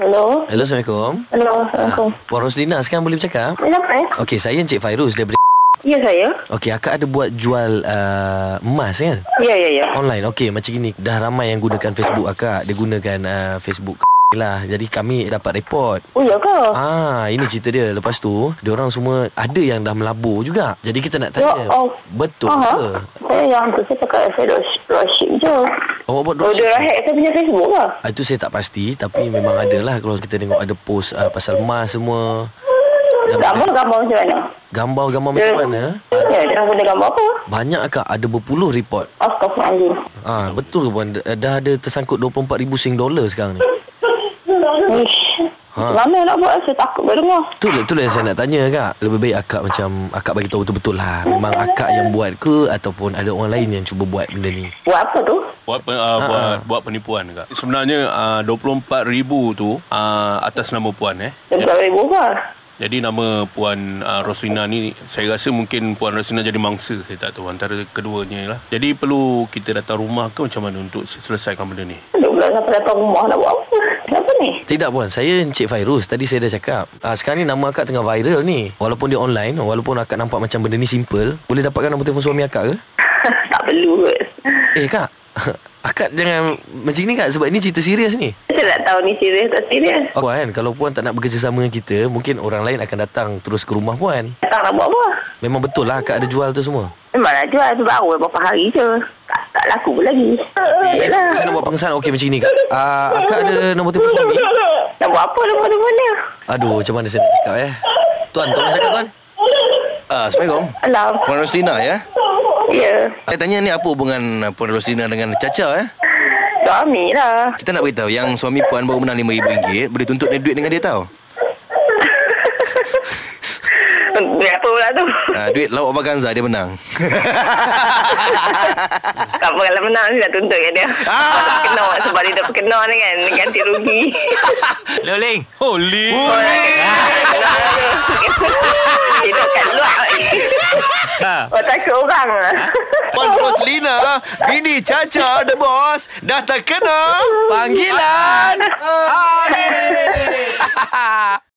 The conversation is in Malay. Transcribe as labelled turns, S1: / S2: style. S1: Hello.
S2: Hello, Assalamualaikum.
S1: Hello. Assalamualaikum.
S2: Puan Roslina sekarang boleh bercakap?
S1: Kenapa eh?
S2: Okey, saya Encik Fairuz daripada
S1: Ya saya.
S2: Okey, akak ada buat jual uh, emas kan?
S1: Ya ya ya.
S2: Online. Okey, macam gini. Dah ramai yang gunakan Facebook akak. Dia gunakan uh, Facebook lah. Jadi kami dapat report.
S1: Oh ya ke?
S2: Ah, ini cerita dia. Lepas tu, diorang semua ada yang dah melabur juga. Jadi kita nak
S1: Ya
S2: tanya.
S1: Allah.
S2: Betul
S1: Aha.
S2: ke?
S1: Saya yang tu saya cakap saya dropship dropship je.
S2: Awak buat
S1: Oh,
S2: dropship?
S1: dia hack saya punya Facebook lah.
S2: Ah, Itu saya tak pasti Tapi memang ada lah Kalau kita tengok ada post uh, Pasal emas semua
S1: Ya, Gambar-gambar macam mana?
S2: Gambar-gambar macam mana
S1: Ya, dia orang guna gambar apa?
S2: Banyak kak Ada berpuluh report
S1: Astaghfirullahaladzim.
S2: Ah Betul ke puan Dah- Dah ada tersangkut 24,000 sing dolar sekarang ni
S1: Ish. Mana nak buat? Saya takut buat dengar.
S2: Tu lah, tu lah yang saya nak tanya kak Lebih baik akak macam Akak bagi tahu betul-betul lah Memang akak yang buat ke Ataupun ada orang lain yang cuba buat benda ni
S1: Buat apa tu?
S3: buat pen, uh, buat buat penipuan dekat. Sebenarnya uh, 24,000 tu uh, atas nama puan eh.
S1: Dia buat ribu apa?
S3: Jadi nama puan uh, Roslina ni saya rasa mungkin puan Roslina jadi mangsa saya tak tahu antara keduanya lah. Jadi perlu kita datang rumah ke macam mana untuk selesaikan benda ni.
S1: Duduk pula sampai datang rumah nak buat apa? Kenapa ni?
S2: Tidak puan Saya Encik Fairuz Tadi saya dah cakap ah, Sekarang ni nama akak tengah viral ni Walaupun dia online Walaupun akak nampak macam benda ni simple Boleh dapatkan nombor telefon suami akak ke?
S1: tak perlu kot.
S2: Eh kak Akak jangan macam ni kak Sebab ni cerita serius ni
S1: Saya tak tahu ni serius tak serius.
S2: Puan kan Kalau puan tak nak bekerjasama dengan kita Mungkin orang lain akan datang Terus ke rumah puan
S1: Tak nak buat apa?
S2: Memang betul lah akak ada jual tu sememua
S1: Memanglah jual tu baru beberapa hari je. Tak, tak laku pun lagi. Yelah.
S2: Saya nak buat pengesahan Okey macam ni kak ah, Akak ada nombor telefon suami
S1: Nak buat apa nombor-nombor ni?
S2: Aduh macam mana saya nak cakap eh Tuan tolong cakap tuan
S4: Ah, Assalamualaikum.
S1: Alam.
S4: Puan Roslina ya.
S1: Ya.
S4: Saya tanya ni apa hubungan ah, Puan Roslina dengan Caca ya?
S1: Suami lah.
S4: Kita nak beritahu yang suami puan baru menang RM5,000 boleh tuntut dia duit dengan dia tahu.
S1: Berapa pula tu?
S4: Ah, duit lauk vaganza dia menang.
S1: tak apa kalau menang saya nak tuntut kat dia. Kalau tak kena sebab dia tak kena ni kan. Ganti rugi.
S5: Loling.
S3: Holy.
S1: Hidup kat luar. Oh takut orang lah.
S4: Puan Roslina, bini Caca the boss dah terkena. Ah,
S2: Panggilan